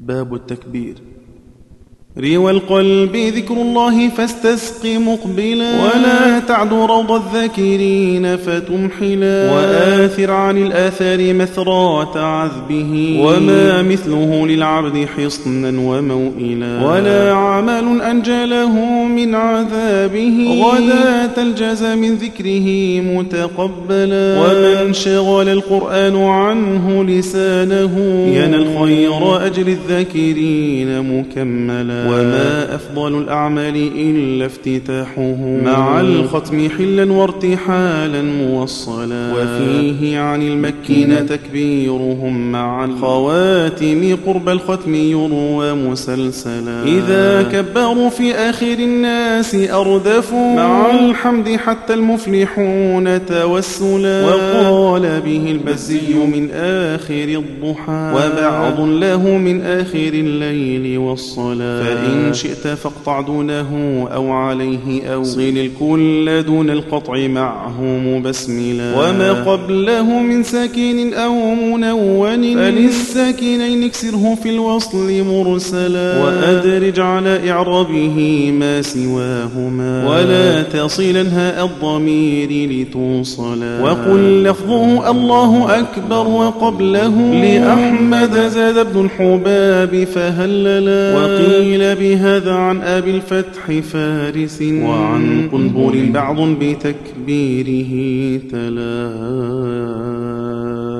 باب التكبير ريوى القلب ذكر الله فاستسق مقبلا ولا تعد روض الذاكرين فتمحلا وآثر عن الآثار مثرات عذبه وما مثله للعبد حصنا وموئلا ولا عمل أنجله من عذابه غداة الجز من ذكره متقبلا ومن شغل القرآن عنه لسانه ينال خير أجر الذاكرين مكملا وما أفضل الأعمال إلا افتتاحه مع الختم حلا وارتحالا موصلا وفيه عن المكين تكبيرهم مع الخواتم قرب الختم يروى مسلسلا إذا كبروا في آخر الناس أردفوا مع الحمد حتى المفلحون توسلا وقال به البزي من آخر الضحى وبعض له من آخر الليل والصلاة فإن شئت فاقطع دونه أو عليه أو صل الكل دون القطع معه مبسملا وما قبله من ساكن أو منون فللساكنين اكسره في الوصل مرسلا وأدرج على إعرابه ما سواهما ولا تصلا هاء الضمير لتوصلا وقل لفظه الله أكبر وقبله لأحمد زاد ابن الحباب فهللا وقيل قيل بهذا عن أبي الفتح فارس وعن قنبل بعض بتكبيره تلا